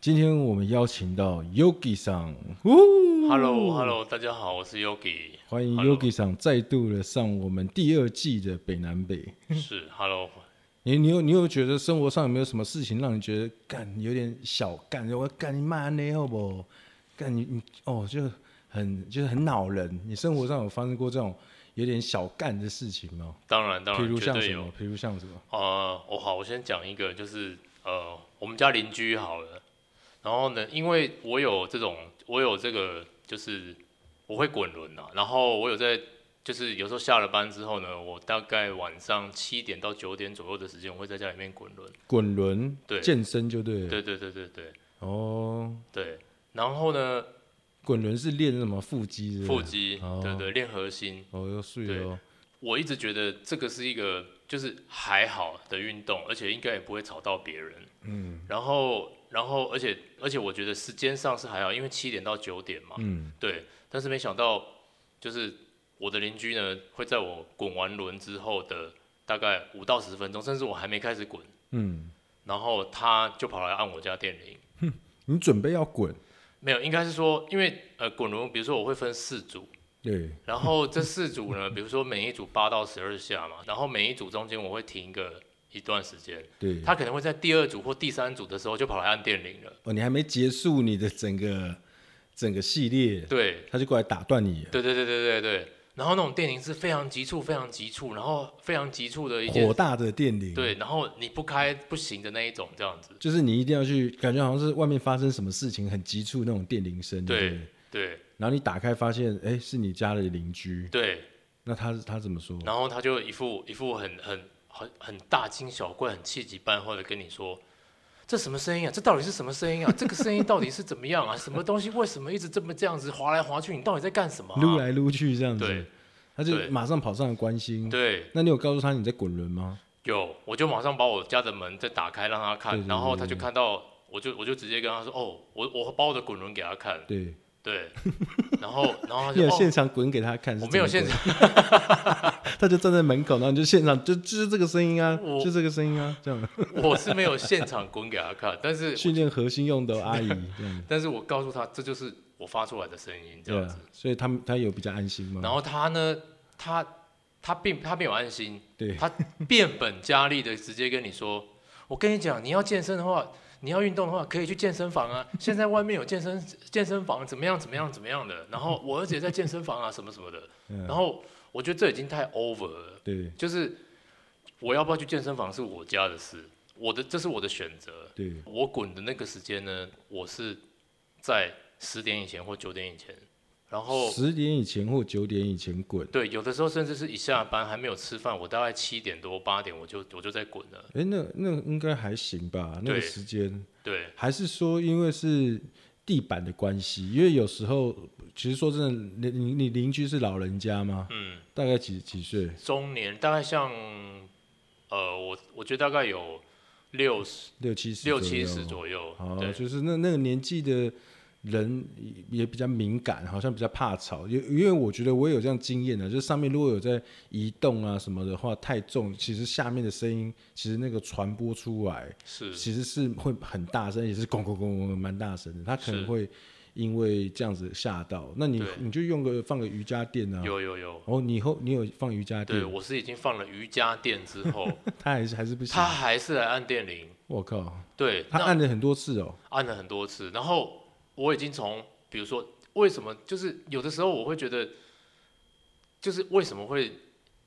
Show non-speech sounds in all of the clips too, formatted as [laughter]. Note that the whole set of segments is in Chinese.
今天我们邀请到 Yogi 上，嗯 Hello，Hello，大家好，我是 [laughs] Yogi，欢迎 Hello Yogi 上再度的上我们第二季的北南北。是 Hello，你你有你有觉得生活上有没有什么事情让你觉得干有点小干？我干你妈呢，好不好？干你你哦，就很就是很恼人。你生活上有发生过这种有点小干的事情吗？当然当譬然如绝像对什有，么？譬如像什么？呃，我、好，我先讲一个，就是呃，我们家邻居好了，然后呢，因为我有这种，我有这个，就是我会滚轮啊，然后我有在，就是有时候下了班之后呢，我大概晚上七点到九点左右的时间，我会在家里面滚轮，滚轮对健身就对了。对对对对对哦，对，然后呢，滚轮是练什么腹肌的？腹。肌，哦对对，练核心，哦，又睡对哦。我一直觉得这个是一个就是还好的运动，而且应该也不会吵到别人。嗯，然后然后而且而且我觉得时间上是还好，因为七点到九点嘛。嗯，对，但是没想到就是我的邻居呢会在我滚完轮之后的大概五到十分钟，甚至我还没开始滚，嗯，然后他就跑来按我家电铃。你准备要滚？没有，应该是说，因为呃滚轮，比如说我会分四组，对，然后这四组呢，比 [laughs] 如说每一组八到十二下嘛，然后每一组中间我会停个一段时间，对。他可能会在第二组或第三组的时候就跑来按电铃了，哦，你还没结束你的整个整个系列，对，他就过来打断你了。对对对对对对，然后那种电铃是非常急促、非常急促，然后非常急促的一火件，大的电铃。对，然后你不开不行的那一种这样子，就是你一定要去，感觉好像是外面发生什么事情很急促那种电铃声，对不对对。对然后你打开发现，哎，是你家的邻居，对，那他他怎么说？然后他就一副一副很很很很大惊小怪、很气急败坏的跟你说：“这什么声音啊？这到底是什么声音啊？这个声音到底是怎么 [laughs] 样啊？什么东西为什么一直这么这样子滑来滑去？你到底在干什么、撸啊来撸去这样子对，他就对马上跑上来关？”心。对，那你有告诉他你在滚轮吗？有，我就马上把我家的门再打开让他看，对对然后他就看到，我就我就直接跟他说：“哦，我我把我的滚轮给他看。对，”对， [laughs] 然后然后他你就有现哦，场滚给他看？我没有现场，他就站在门口，然后你就现场就就是这个声音啊，我就这个声音啊，这样我是没有现场滚给他看，但是训练核心用的哦阿 [laughs] 姨这样。但是我告诉他这就是我发出来的声音这对样子啊。，所以他们他有比较安心吗？然后他呢，他他并他没有安心，对，他变本加厉的直接跟你说：“我跟你讲，你要健身的话，你要运动的话，可以去健身房啊。现在外面有健身健身房，怎么样怎么样怎么样的。然后我儿子也在健身房啊，什么什么的。嗯然后我觉得这已经太 over 了，对就是我要不要去健身房是我家的事，我的这是我的选择。对，我滚的那个时间呢，我是在十点以前或九点以前，然后十点以前或九点以前滚。对，有的时候甚至是一下班还没有吃饭，我大概七点多八点我就我就在滚了。哎，那那应该还行吧？那个对时间对还是说因为是地板的关系？因为有时候其实说真的，你你你邻居是老人家吗？嗯，大概几几岁？中年大概像呃，我我觉得大概有六十六七十？六七十。左右。哦，对就是那那个年纪的人也也比较敏感，好像比较怕吵。因因为我觉得我有这样经验的，啊就是上面如果有在移动啊什么的话太重，其实下面的声音其实那个传播出来。是，其实是会很大声，也是咣咣咣咣蛮大声的。他可能是会因为这样子吓到，那你对你就用个放个瑜伽垫啊。有有有。哦，你以后你有放瑜伽对，垫，我是已经放了瑜伽垫之 [laughs] 后，他还是还是不行他。还是来按电铃。我靠，对，他那按了很多次哦。按了很多次，然后我已经从比如说为什么，就是有的时候我会觉得，就是为什么会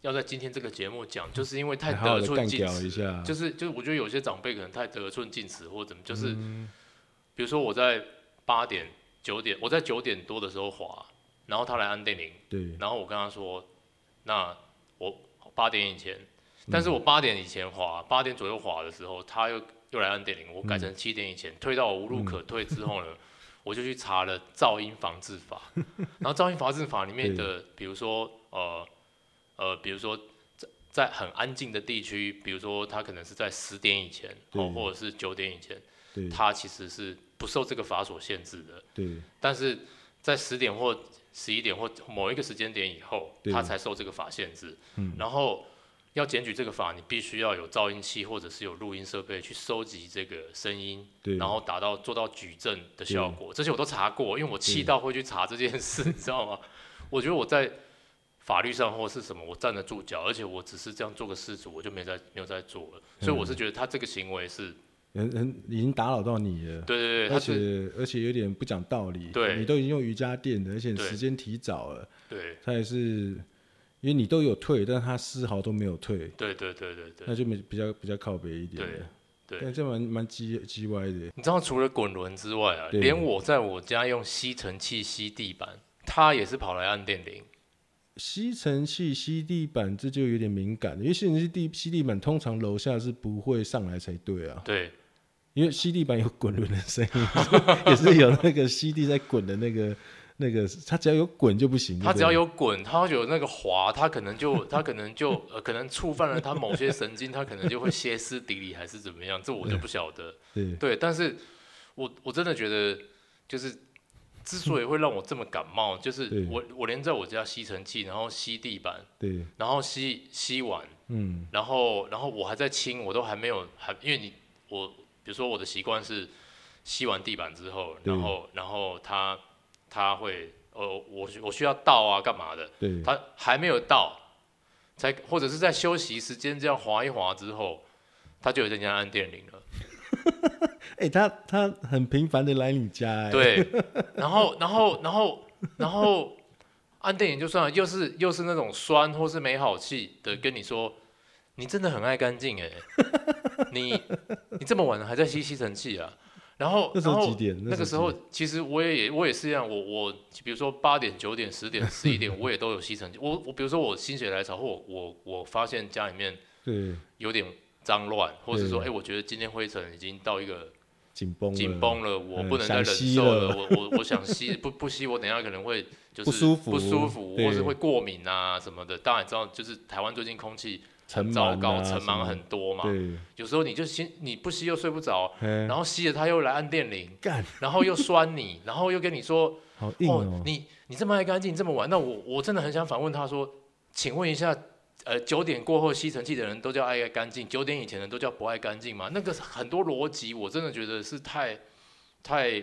要在今天这个节目讲，就是因为太好好得的寸干进掉尺，一下。就是就是我觉得有些长辈可能太得寸进尺或怎么，就是、比如说我在八点九点，我在九点多的时候滑，然后他来按电铃，对，然后我跟他说，那我八点以前，嗯但是我八点以前滑，八点左右滑的时候，他又又来按电铃，我改嗯成七点以前，推到我无路可退之后呢，我就去查了噪音防治 [laughs] 法，然后噪音防治法里面的，比如说呃呃，比如说在在很安静的地区，比如说他可能是在十点以前，对哦，或者是九点以前，对他其实是不受这个法所限制的。对但是在十点或十一点或某一个时间点以后，对嗯他才受这个法限制。然后要检举这个法，你必须要有噪音器或者是有录音设备去收集这个声音，对，然后达到做到举证的效果。这些我都查过，因为我气到会去查这件事， [laughs] 你知道吗？我觉得我在法律上或是什么，我站得住脚，而且我只是这样做个事主，我就没再没有再做了。所嗯以我是觉得他这个行为是，很很已经打扰到你了。对对对，而他是且而且有点不讲道理，对你都已经用瑜伽垫的，而且对时间提早了，对他也是，因为你都有退，但他丝毫都没有退，对对对对对。那就没比较比较靠北一点的，对对但这蛮蛮鸡鸡歪的，你知道，除了滚轮之外啊，对连我在我家用吸尘器吸地板，他也是跑来按电铃。吸尘器吸地板这就有点敏感了，因为吸尘器地吸地板通常楼下是不会上来才对啊，对因为吸地板有滚轮的声音， [laughs] 也是有那个吸地在滚的那个那个，它只要有滚就不行，对他不对只要有滚，他有那个滑，他可能就 [laughs] 他可能就呃可能触犯了他某些神经，他可能就会歇斯底里还是怎么样，这我就不晓得。对对，但是我我真的觉得，就是之所以会让我这么感冒，就是对我我连在我家吸尘器，然后吸地板，对，然后吸吸完，嗯然后然后我还在清，我都还没有还，因为你我比如说我的习惯是吸完地板之后，对然后然后它它会呃我需我需要倒啊干嘛的，对它还没有倒，才或者是在休息时间这样滑一滑之后，它就有人家按电铃了，哎、他他很频繁的来你家、哎，对，然后然后然后然后按电铃就算了，又是又是那种酸或是没好气的跟你说。你真的很爱干净哎，你你这么晚了还在吸吸尘器啊？然后那时然候后几点？那个时候，其实我也我也是一样，我我比如说八点、九点、十点、十一点，我也都有吸尘器。我我比如说我心血来潮，或我我我发现家里面对有点脏乱，或者说哎、对我觉得今天灰尘已经到一个紧绷了嗯紧，绷了，我不能想再忍吸受了，我我我想吸，不不吸，我等一下可能会就是不舒服不舒服，对或是会过敏啊什么的。当然知道，就是台湾最近空气尘糟糕，尘盲螨啊很多嘛什，么有时候你就吸，你不吸又睡不着，对，然然后吸了它又来按电铃。干然后又酸你，然后又跟你说，好硬哦哦，，你你这么爱干净，这么晚，那我我真的很想反问他说，请问一下，呃，九点过后吸尘器的人都叫爱干净，九点以前的人都叫不爱干净吗？那个很多逻辑，我真的觉得是太太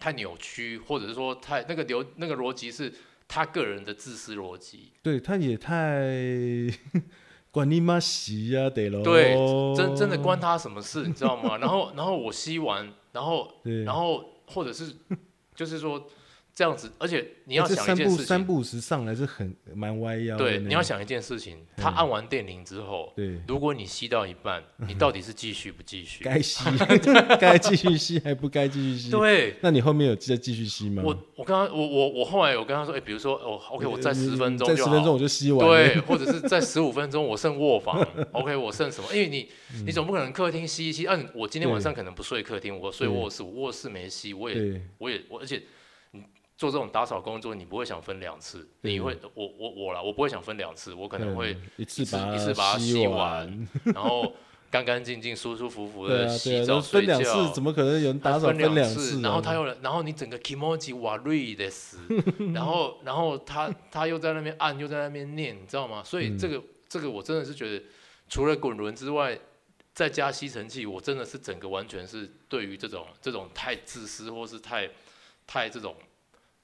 太扭曲，或者是说太那个流那个逻辑是他个人的自私逻辑，对，他也太 [laughs] 管你妈洗呀、得咯，对，真真的关他什么事，你知道吗？然后然后我吸完，然后对，然后或者是就是说这样子，而且你要哎这想一三件步事情三。步时上来是很蛮歪腰的呢，对，你要想一件事情，嗯他按完电铃之后， [laughs] 对。如果你吸到一半，你到底是继续不继嗯 [laughs] 续？该 [laughs] 吸，该继续吸，还不该继续吸？对那你后面有再继续吸吗？我，我刚刚我我我后来有跟他说，哎，比如说哦，OK，我再呃你十分钟再就十好，分钟我就吸完了。对，或者是在十五分钟我剩卧 [laughs] 房，OK，我剩什么？因为你嗯你总不可能客厅吸一吸，按、我今天晚上可能不睡客厅，我睡对卧室，我卧室没吸，我也对，我也我，而且你做这种打扫工作，你不会想分两次，你嗯会我我我啦，我不会想分两次，我可能会嗯一一次次把一次把它吸完完。然后干干净净、舒舒服服对的啊，对洗啊，澡、都睡分觉两。次，怎么可能有人打还扫分分两次，次？啊然后他，又来，然后你整个 kimoji 瓦瑞 [laughs] 的死，然后然后他他又在那边按，又在那边念，你知道吗？所以嗯这个、这个我真的是觉得，除了滚轮之外，再加吸尘器，我真的是整个完全是对于这种这种太自私或是太太这种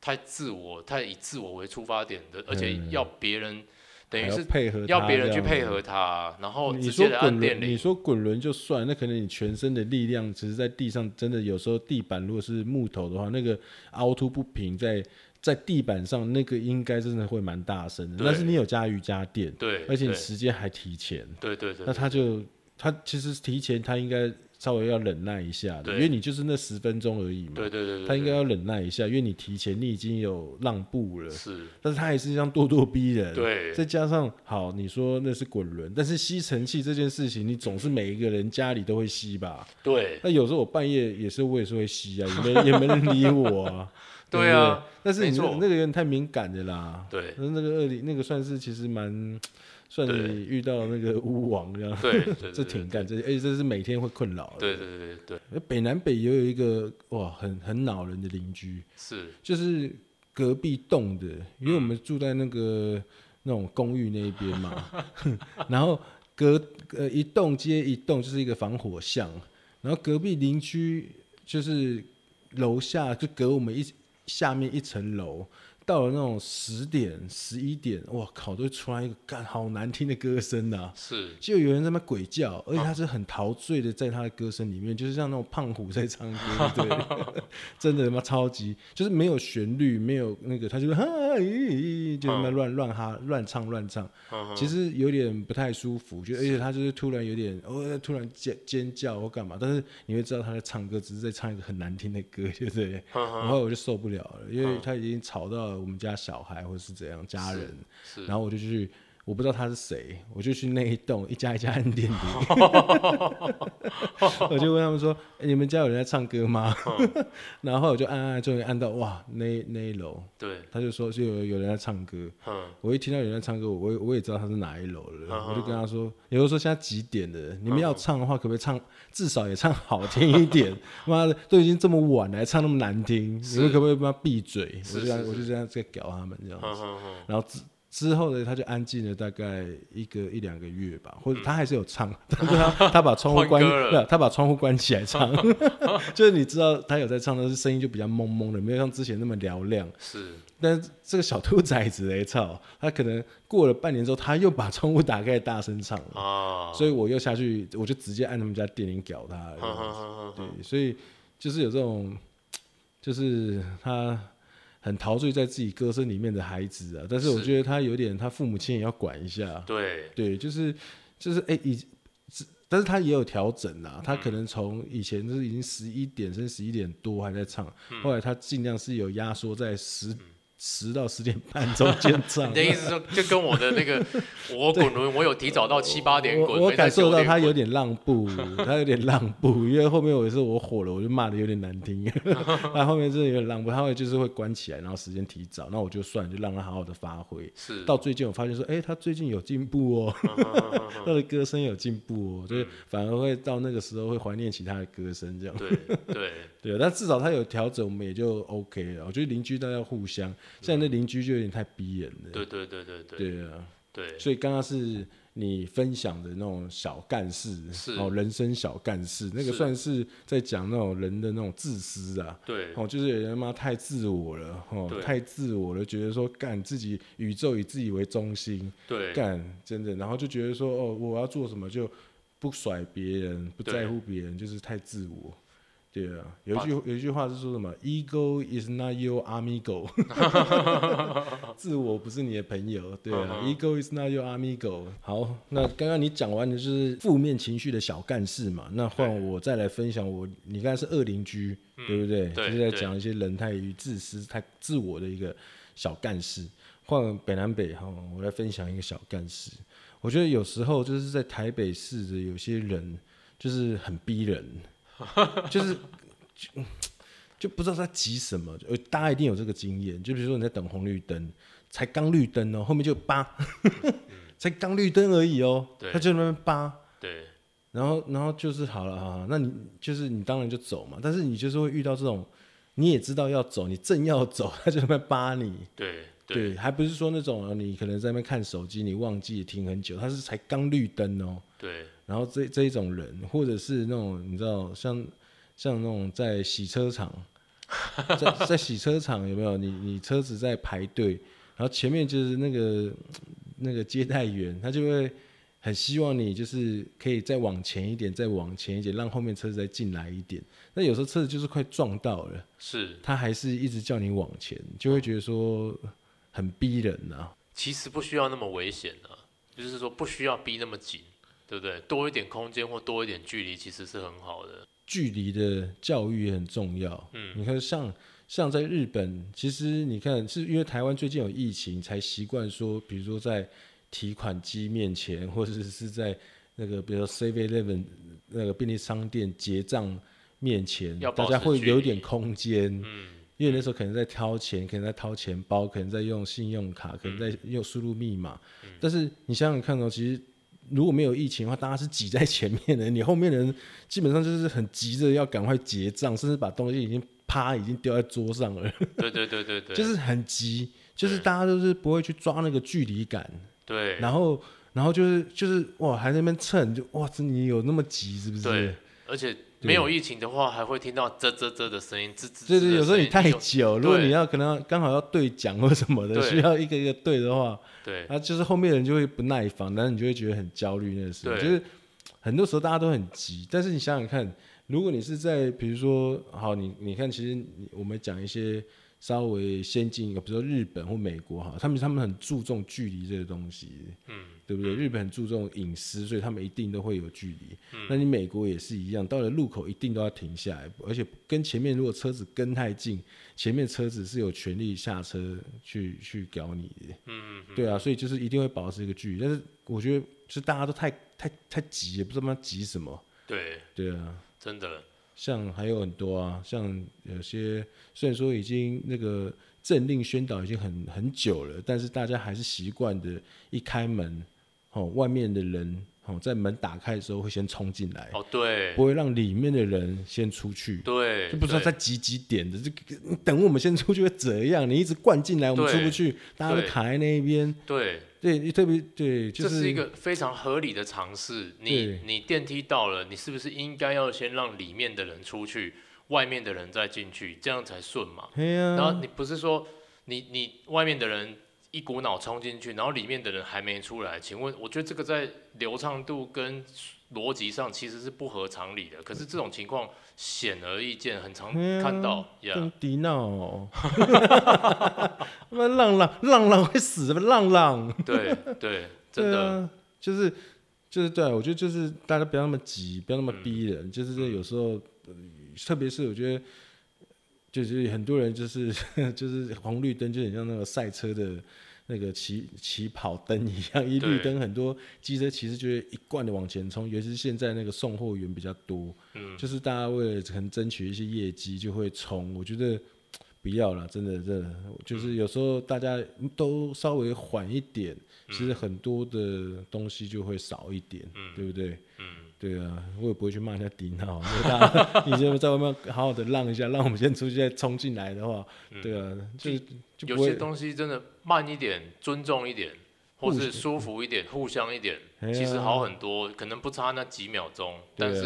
太自我、太以自我为出发点的，而且嗯要别人等于还是要配合，要别人去配。合他，然后你直说接的按滚电轮，你铃。说滚轮就算，那可能你全身的力量，其实在地上真的有时候地板如果是木头的话，那个凹凸不平在在地板上，那个应该真的会蛮大声的。对但是你有加瑜伽垫，对，而且你对时间还提前，对对对那他就他其实提前他应该稍微要忍耐一下的，对因为你就是那十分钟而已嘛。对对对对，他应该对要忍耐一下，因为你提前你已经有让步了，是但是他呃也是这样咄咄逼人。，对再加上好，你说那是滚轮，但是吸尘器这件事情，你总是每一个人家里都会吸吧？对那有时候我半夜也是，我也是会吸啊，也没也没人理我 [laughs] 啊。对啊对不对，但是你那没错那个有点太敏感的啦。 [laughs] 对那那个二零那个算是其实蛮，算对你遇到那个巫王这样，对对对，这对挺干，这而且这是每天会困扰的。对对对对对北南北也有一个哇，很很恼人的邻居，是就是隔壁栋的，因为我们住在那个、那种公寓那一边嘛， [laughs] 然后隔呃一栋接一栋就是一个防火巷，然后隔壁邻居就是楼下就隔我们一下面一层楼。到了那种十点、十一点，哇靠，都会突然一个干好难听的歌声啊呐、是就有人在那边鬼叫，而且他是很陶醉的，在他的歌声里面，就是像那种胖虎在唱歌，对，真的他妈超级，就是没有旋律，没有那个，他就哈，哎咦哎就他妈乱乱哈乱唱乱唱，其实有点不太舒服，就而且他就是突然有点哦，突然尖尖叫或干嘛，但是你会知道他在唱歌，只是在唱一个很难听的歌， [laughs] 对不对？然后我就受不了了，因为他已经吵到了我们家小孩或是怎样家人，是然后我就去，我不知道他是谁，我就去那一栋一家一家按 [laughs] 店里，我就问他们说、欸你们家有人在唱歌吗？嗯 [laughs] 然后我就按按，按，终于按到哇，那那一楼，对，他就说就有有人在唱歌。嗯，我一听到有人在唱歌，我我我也知道他是哪一楼了，嗯我就跟他说，有人说现在几点了？你们要唱的话，可不可以唱至少也唱好听一点？ [laughs] 妈的，都已经这么晚了，还唱那么难听，你们可不可以妈闭嘴？是我就这样是是我就这样在搞他们这样嗯子。嗯嗯，然后之之后呢，他就安静了大概一个一两个月吧，或者他还是有唱， [laughs] 但是他他把窗户关，嗯 [laughs] 换歌了对，他把窗户关起来 [laughs] 唱， [laughs] 就是你知道他有在唱，但是声音就比较蒙蒙的，没有像之前那么嘹亮。是但是这个小兔崽子嘞，操，他可能过了半年之后，他又把窗户打开，大声唱了，啊，所以我又下去，我就直接按他们家电铃屌他了。嗯嗯嗯嗯，对，所以就是有这种，就是他很陶醉在自己歌声里面的孩子啊，但是我是觉得他有点，他父母亲也要管一下， [laughs] 对，对，就是就是哎、以，但是他也有调整啦，他可能从以前就是已经十一点甚至十一点多还在唱，后来他尽量是有压缩在十十到十点半中间唱你的。意思说就跟我的 [laughs] 那个我滚轮，我有提早到七八点滚，我我没在感受九到点他有滚点让步，他有点让步，因为后面我也是我火了，我就骂的有点难 [laughs] 听，他后面真的有点让步，他会就是会关起来，然后时间提早，那我就算了，就让他好好的发挥。是到最近我发现说，哎、他最近有进步 [laughs] 哦，他的歌声有进步哦，就是嗯反而会到那个时候会怀念起他的歌声这样。 [laughs] 对对，对，但至少他有调整，我们也就 OK 了。我觉得邻居大家互相，现在那邻居就有点太逼人了。对对对对嗯对对啊。对，所以刚刚是你分享的那种小干事，是哦，人生小干事，那个是算是在讲那种人的那种自私啊。对哦，就是有人妈太自我了，哦对，太自我了，觉得说干自己宇宙以自己为中心，对干真的，然后就觉得说哦，我要做什么就不甩别人，不对在乎别人，就是太自我。对啊，有一句有一句话是说什么？Ego is not your amigo，自我不是你的朋友。对啊、e g o is not your amigo。好，那刚刚你讲完的就是负面情绪的小干事嘛，那换我再来分享我，你刚才是恶邻居，对不对？对就是在对讲一些人太于自私、太自我的一个小干事。换北南北哈，我来分享一个小干事。我觉得有时候就是在台北市的有些人就是很逼 [laughs] 人，就是就就不知道在急什么。呃，大家一定有这个经验，就比如说你在等红绿灯，才刚绿灯哦，后面就叭， [laughs] 才刚绿灯而已哦对，他就在那边叭，对然后，然后就是好了哈，那你就是你当然就走嘛，但是你就是会遇到这种，你也知道要走，你正要走， [laughs] 他就在那边扒你，对对对，还不是说那种呃你可能在那边看手机，你忘记停很久，他是才刚绿灯哦，对然后这这一种人，或者是那种你知道像像那种在洗车场， [laughs] 在在洗车场有没有？你你车子在排队，然后前面就是那个那个接待员，他就会很希望你就是可以再往前一点，再往前一点，让后面车子再进来一点。那有时候车子就是快撞到了，是，他还是一直叫你往前，就会觉得说很逼人啊呐、其实不需要那么危险啊，就是说不需要逼那么紧，对不对？多一点空间或多一点距离，其实是很好的。距离的教育也很重要。嗯，你看像像在日本，其实你看是因为台湾最近有疫情，才习惯说，比如说在提款机面前，或者是在那个比如说 Seven Eleven 那个便利商店结账面前要，大保持家会距离有点空间。嗯。因为那时候可能在掏钱，可能在掏钱包，可能在用信用卡，可嗯能在用输入密码。但是你想想看哦，其实如果没有疫情的话，大家是挤在前面的，你后面的人基本上就是很急着要赶快结账，甚至把东西已经啪已经丢在桌上了， [laughs] 对对对对对，就是很急。就是大家都是不会去抓那个距离感，对然后然后就是就是哇，还在那边蹭，就哇，这你有那么急是不是？对，而且没有疫情的话，还会听到啧啧啧的声音，吱 [laughs] 吱吱就的声音。是有时候你太就久，如果对你要可能要刚好要对讲或什么的，对需要一个一个对的话， [laughs] 对啊，就是后面人就会不耐烦，然后你就会觉得很焦虑。那个时候，对就是很多时候大家都很急，但是你想想看，如果你是在比如说，好，你你看，其实你我们讲一些稍微先进一个，比如说日本或美国哈，他们他们很注重距离这个东西，嗯，对不对？日本很注重隐私，所以他们一定都会有距离。那你美国也是一样，到了路口一定都要停下来，而且跟前面如果车子跟太近，前面车子是有权利下车去去搞你的。对啊，所以就是一定会保持一个距离，但是我觉得就是大家都太太太急，也不知道他妈急什么。对，对啊，真的像还有很多啊，像有些虽然说已经那个政令宣导已经很很久了，但是大家还是习惯的，一开门，哦，外面的人哦，在门打开的时候会先冲进来，哦，对哎不会让里面的人先出去。对，就不知道对在几几点的，就你等我们先出去会怎样？你一直灌进来，我们对出不去，大家都对卡在那边。对，对，特别对，就这是一个非常合理的尝试。对你你电梯到了，你是不是应该要先让里面的人出去，外面的人再进去，这样才顺嘛？嘿呀、然后你不是说你你外面的人一股脑冲进去，然后里面的人还没出来，请问，我觉得这个在流畅度跟逻辑上其实是不合常理的。可是这种情况显而易见，很常对啊看到呀。跟迪闹、哦， [laughs] 他妈浪浪浪浪会死的，浪浪，对对，真对的啊、就是就是对啊、我觉得就是大家不要那么急，不要那么逼人，就是这有时候，呃特别是我觉得。就是很多人就是 [laughs] 就是红绿灯，就很像那个赛车的那个起起跑灯一样， [laughs] 一绿对灯很多机车骑士就会一贯的往前冲，尤其是现在那个送货员比较多，嗯，就是大家为了可能争取一些业绩就会冲，我觉得不要了，真的真的，就是有时候大家都稍微缓一点，嗯其实很多的东西就会少一点，对不对？嗯，对啊，我也不会去骂人家迪闹， [laughs] 因为大家你就在外面好好的浪一下，让我们先出去再冲进来的话，对啊，就就嗯有不些会。东西真的慢一点，尊重一点，或互是舒服一点，互相一点，哎其实呀好很多，可能不差那几秒钟，但对啊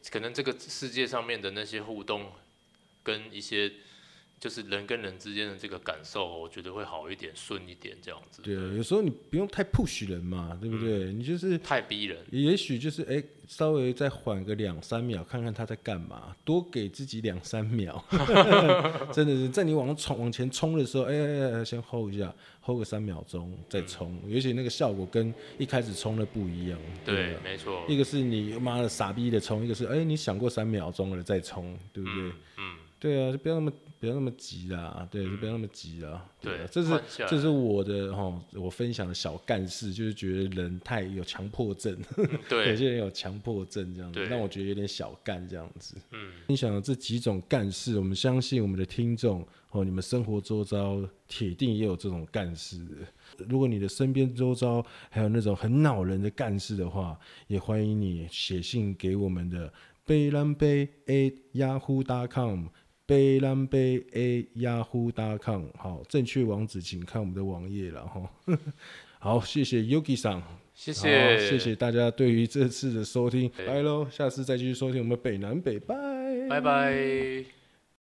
是可能这个世界上面的那些互动，跟一些就是人跟人之间的这个感受，我觉得会好一点，顺一点这样子。对啊，有时候你不用太 push 人嘛，对不对？嗯你就是太逼人，也许就是哎、稍微再缓个两三秒，看看他在干嘛，多给自己两三 [laughs] 秒。真的是在你往冲往前冲的时候，哎、哎哎先 hold 一下，hold 个三秒钟再冲，嗯也许那个效果跟一开始冲的不一样。对，啊没错，一个是你妈的傻逼的冲，一个是哎、你想过三秒钟了再冲，对不对？嗯嗯，对啊，就不要那么不要那么急啦，对，就不要那么急啦。对啊这是慢下来这是我的哈，我分享的小干事，就是觉得人太有强迫症。嗯有 [laughs] 对，些人有强迫症这样子，对让我觉得有点小干这样子。嗯，你想这几种干事，我们相信我们的听众哦，你们生活周遭铁定也有这种干事的。如果你的身边周遭还有那种很恼人的干事的话，也欢迎你写信给我们的贝兰贝 a yahoo.com。贝兰贝 a yahoo.com，好，正确网址请看我们的网页了哈。 [laughs] 吼好，谢谢 Yuki 上，谢好谢，谢谢，大家对于这次的收听，对拜喽，下次再继续收听我们北南北，拜，拜拜。